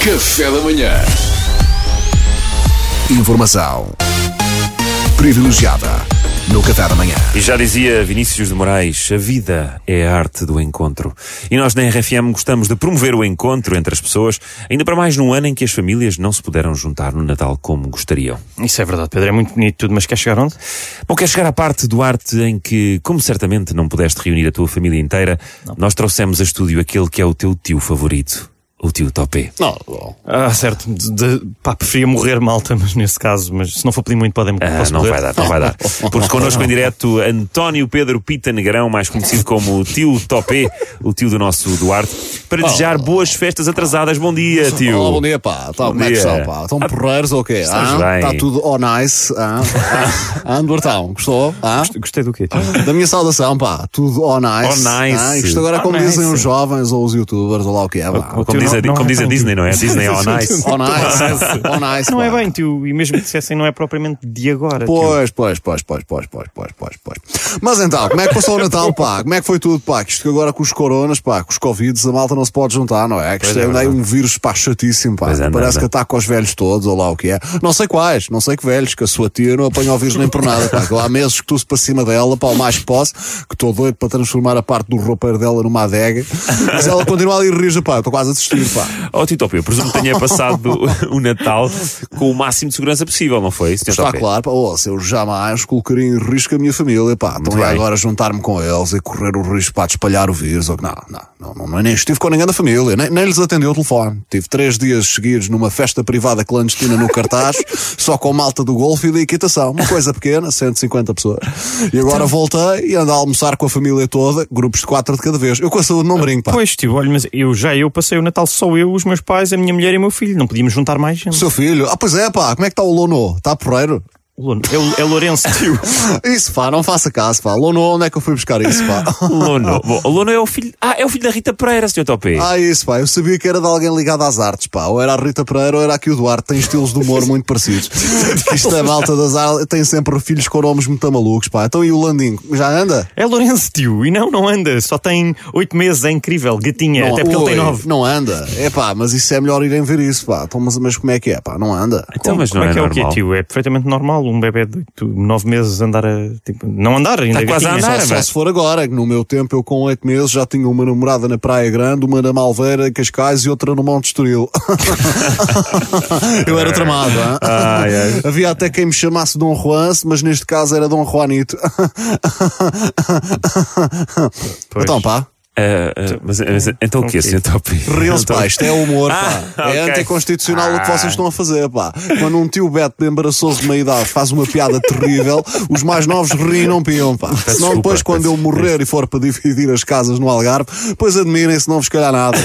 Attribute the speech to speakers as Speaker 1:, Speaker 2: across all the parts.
Speaker 1: Café da Manhã. Informação privilegiada no Café da Manhã.
Speaker 2: E já dizia Vinícius de Moraes, a vida é a arte do encontro. E nós na RFM gostamos de promover o encontro entre as pessoas, ainda para mais num ano em que as famílias não se puderam juntar no Natal como gostariam.
Speaker 3: Isso é verdade, Pedro. É muito bonito tudo, mas quer chegar onde?
Speaker 2: Bom, quer chegar à parte do arte em que, como certamente não pudeste reunir a tua família inteira, nós trouxemos a estúdio aquele que é o teu tio favorito, o tio Topé.
Speaker 3: Não. Ah, certo. De, de- pá, preferia morrer malta, mas nesse caso, mas se não for pedir muito, podem
Speaker 2: Ah,
Speaker 3: posso
Speaker 2: não
Speaker 3: morrer.
Speaker 2: vai dar, não vai dar. Porque connosco em direto António Pedro Pita Negrão, mais conhecido como o tio Topé, o tio do nosso Duarte, para desejar boas festas atrasadas. Bom dia, tio.
Speaker 4: Olá, bom dia, pá. Tá, como é
Speaker 2: dia.
Speaker 4: que estão, pá? Estão porreiros ou quê?
Speaker 2: Estás
Speaker 4: Ah,
Speaker 2: bem.
Speaker 4: Está tudo all nice. Ah, ah, ah, Duartão, gostou? Ah?
Speaker 3: Gostei do quê?
Speaker 4: Da minha saudação, pá. Tudo all nice.
Speaker 2: All nice.
Speaker 4: Ah, isto agora,
Speaker 3: All
Speaker 4: como dizem
Speaker 3: nice.
Speaker 4: os jovens ou os youtubers, ou lá o que é, pá.
Speaker 2: Ou Como
Speaker 3: tio
Speaker 2: diz, a,
Speaker 3: não- não
Speaker 2: como
Speaker 3: é
Speaker 2: diz a
Speaker 3: bem
Speaker 2: Disney, não é? Disney on Ice.
Speaker 4: All nice. all nice.
Speaker 3: Não é
Speaker 4: pá.
Speaker 3: bem, tio. E mesmo que dissessem, não é propriamente de agora. tio.
Speaker 4: Pois, pois, pois, pois, pois, pois, pois, pois, pois. Mas então, como é que passou o Natal, pá? Como é que foi tudo, pá? Que isto que agora com os coronas, pá, com os Covids, a malta não se pode juntar, não é? Que isto
Speaker 2: Pois é,
Speaker 4: é,
Speaker 2: verdade.
Speaker 4: um vírus, pá, chatíssimo, pá.
Speaker 2: Pois é,
Speaker 4: Parece
Speaker 2: anda.
Speaker 4: que ataca os velhos todos, ou lá o que é. Não sei quais, não sei que velhos, que a sua tia não apanha o vírus nem por nada, pá. Que eu há meses que tu se para cima dela, pá, o mais que posso, que estou doido para transformar a parte do roupeiro dela numa adega. Mas ela continua ali e rija, pá, eu estou quase a desistir, pá.
Speaker 2: Ó Oh, Tio Topé, eu presumo que tenha passado o Natal com o máximo de segurança possível, não foi, Sr.
Speaker 4: Está
Speaker 2: Topé?
Speaker 4: claro, pá, ouça, eu jamais colocaria em risco a minha família, pá. Então é
Speaker 2: bem.
Speaker 4: agora juntar-me com eles e correr o risco para espalhar o vírus. Ou... que- Não, não, não, não, nem estive com ninguém da família, nem, nem lhes atendi o telefone. Tive três dias seguidos numa festa privada clandestina no cartaz, só com malta do golfe e da equitação. Uma coisa pequena, 150 pessoas. E agora voltei e ando a almoçar com a família toda, grupos de quatro de cada vez. Eu com a saúde não brinco, pá.
Speaker 3: Pois, tio, olha, mas eu já eu passei o Natal só eu, os meus pais, a minha mulher e o meu filho. Não podíamos juntar mais gente.
Speaker 4: Seu filho, ah, pois é, pá, como é que está o Lono? Está porreiro?
Speaker 3: O Lon- É, o- é Lourenço, tio.
Speaker 4: Isso, pá, não faça caso, pá. Lono, onde é que eu fui buscar isso, pá?
Speaker 2: Lono. Bom, o Lono é o filho. Ah, é o filho da Rita Pereira, Sr. Topé.
Speaker 4: Ah, isso, pá. Eu sabia que era de alguém ligado às artes, pá. Ou era a Rita Pereira ou era aqui o Duarte. Tem estilos de humor muito parecidos. Isto é malta das artes. Tem sempre filhos com nomes muito malucos, pá. Então e o Landinho? Já anda?
Speaker 3: É Lourenço, tio. E não, não anda. Só tem oito meses. É incrível. Gatinha.
Speaker 4: Não-
Speaker 3: Até porque ele tem
Speaker 4: Ui,
Speaker 3: nove.
Speaker 4: Não anda. É pá, mas isso é melhor irem ver isso, pá. Então, mas, mas como é que é, pá? Não anda.
Speaker 2: Então, mas
Speaker 3: Como
Speaker 2: não
Speaker 3: é
Speaker 2: é,
Speaker 3: que é o quê,
Speaker 2: normal.
Speaker 3: tio? É perfeitamente normal um bebê de oito- nove meses andar a. Tipo, não andar, ainda
Speaker 2: Tá quase a
Speaker 3: gatinha.
Speaker 2: andar.
Speaker 4: Só
Speaker 2: velho.
Speaker 4: se for agora, que no meu tempo eu com oito meses já tinha uma namorada na Praia Grande, uma na Malveira, em Cascais e outra no Monte Estoril. eu era tramado, hã?
Speaker 2: Ai, ai.
Speaker 4: Havia até quem me chamasse Dom Juanço, mas neste caso era Dom Juanito.
Speaker 3: Pois.
Speaker 4: Então, pá,
Speaker 2: Ah, ah, mas, mas, então o quê,
Speaker 3: Ok.
Speaker 2: Sr. Topé?
Speaker 4: riam-se,
Speaker 2: Então-
Speaker 4: pá, isto é humor, pá.
Speaker 2: Ah,
Speaker 4: É
Speaker 2: ok.
Speaker 4: anticonstitucional o que
Speaker 2: Ah.
Speaker 4: vocês estão a fazer, pá. Quando um tio Beto embaraçoso de meia idade faz uma piada terrível, os mais novos riem e não piam, pá. Senão depois,
Speaker 2: desculpa,
Speaker 4: quando eu
Speaker 2: peço-
Speaker 4: morrer e for para dividir as casas no Algarve, pois admirem-se, não vos calhar nada.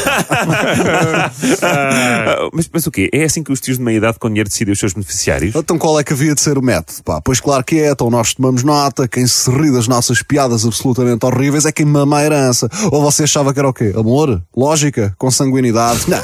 Speaker 2: Ah, mas, mas o quê? É assim que os tios de meia idade com dinheiro decidem os seus beneficiários?
Speaker 4: Então qual é que havia de ser o método? Pá, pois claro que é, então nós tomamos nota, quem se ri das nossas piadas absolutamente horríveis é quem mama a herança. Ou você achava que era o quê? Amor? Lógica? Consanguinidade? Não.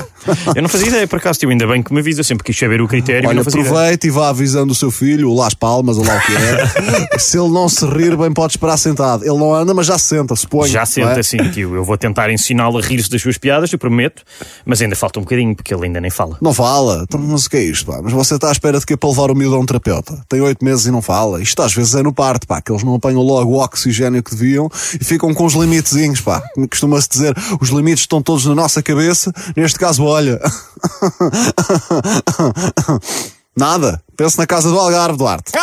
Speaker 3: Eu não fazia ideia, por acaso, tio. Ainda bem que me avisa. Eu sempre quis saber o critério. e
Speaker 4: Olha,
Speaker 3: não fazia ideia.
Speaker 4: aproveita e vá avisando o seu filho, o Las Palmas, ou lá o que é. se ele não se rir, bem pode esperar sentado. Ele não anda, mas já senta, suponho.
Speaker 3: Já
Speaker 4: não
Speaker 3: sente
Speaker 4: é?
Speaker 3: assim, tio. Eu vou tentar ensiná-lo a rir-se das suas piadas, eu prometo. Mas ainda falta um bocadinho, porque ele ainda nem fala.
Speaker 4: Não fala. Então, mas o que é isto, pá? Mas você está à espera de que é para levar o miúdo a um terapeuta. Tem oito meses e não fala. Isto às vezes é no parte, pá, que eles não apanham logo o oxigênio que deviam e ficam com os limitezinhos, pá. Como Costuma-se dizer, os limites estão todos na nossa cabeça. Neste caso, olha. Nada. Pense na casa do Algarve, Duarte.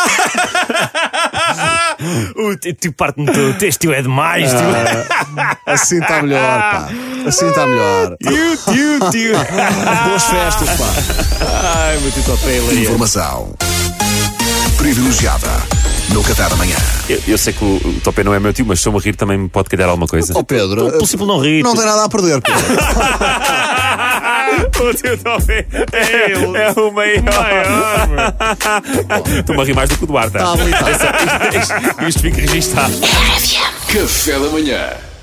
Speaker 3: O t- tio parte-me todo. Este tio é demais,
Speaker 4: Ah,
Speaker 3: tio.
Speaker 4: Assim está melhor, pá. Assim está melhor.
Speaker 3: Tio, tio, tio.
Speaker 4: Boas festas, pá.
Speaker 3: Ai, meu tio Topé, hilariante.
Speaker 1: Informação privilegiada no Café da Manhã.
Speaker 2: Eu, eu sei que o, o Topé não é meu tio, mas se eu me rir também me pode calhar alguma coisa.
Speaker 4: Ó Pedro,
Speaker 3: Pelo simples É não rir.
Speaker 4: não
Speaker 3: tio.
Speaker 4: tem nada a perder, Pedro.
Speaker 2: o tio Topé é, é o maior. Estou-me a rir mais do que o Duarte.
Speaker 4: Tá habilitado.
Speaker 2: Atenção, isto, isto, isto fica registado.
Speaker 1: Café da Manhã.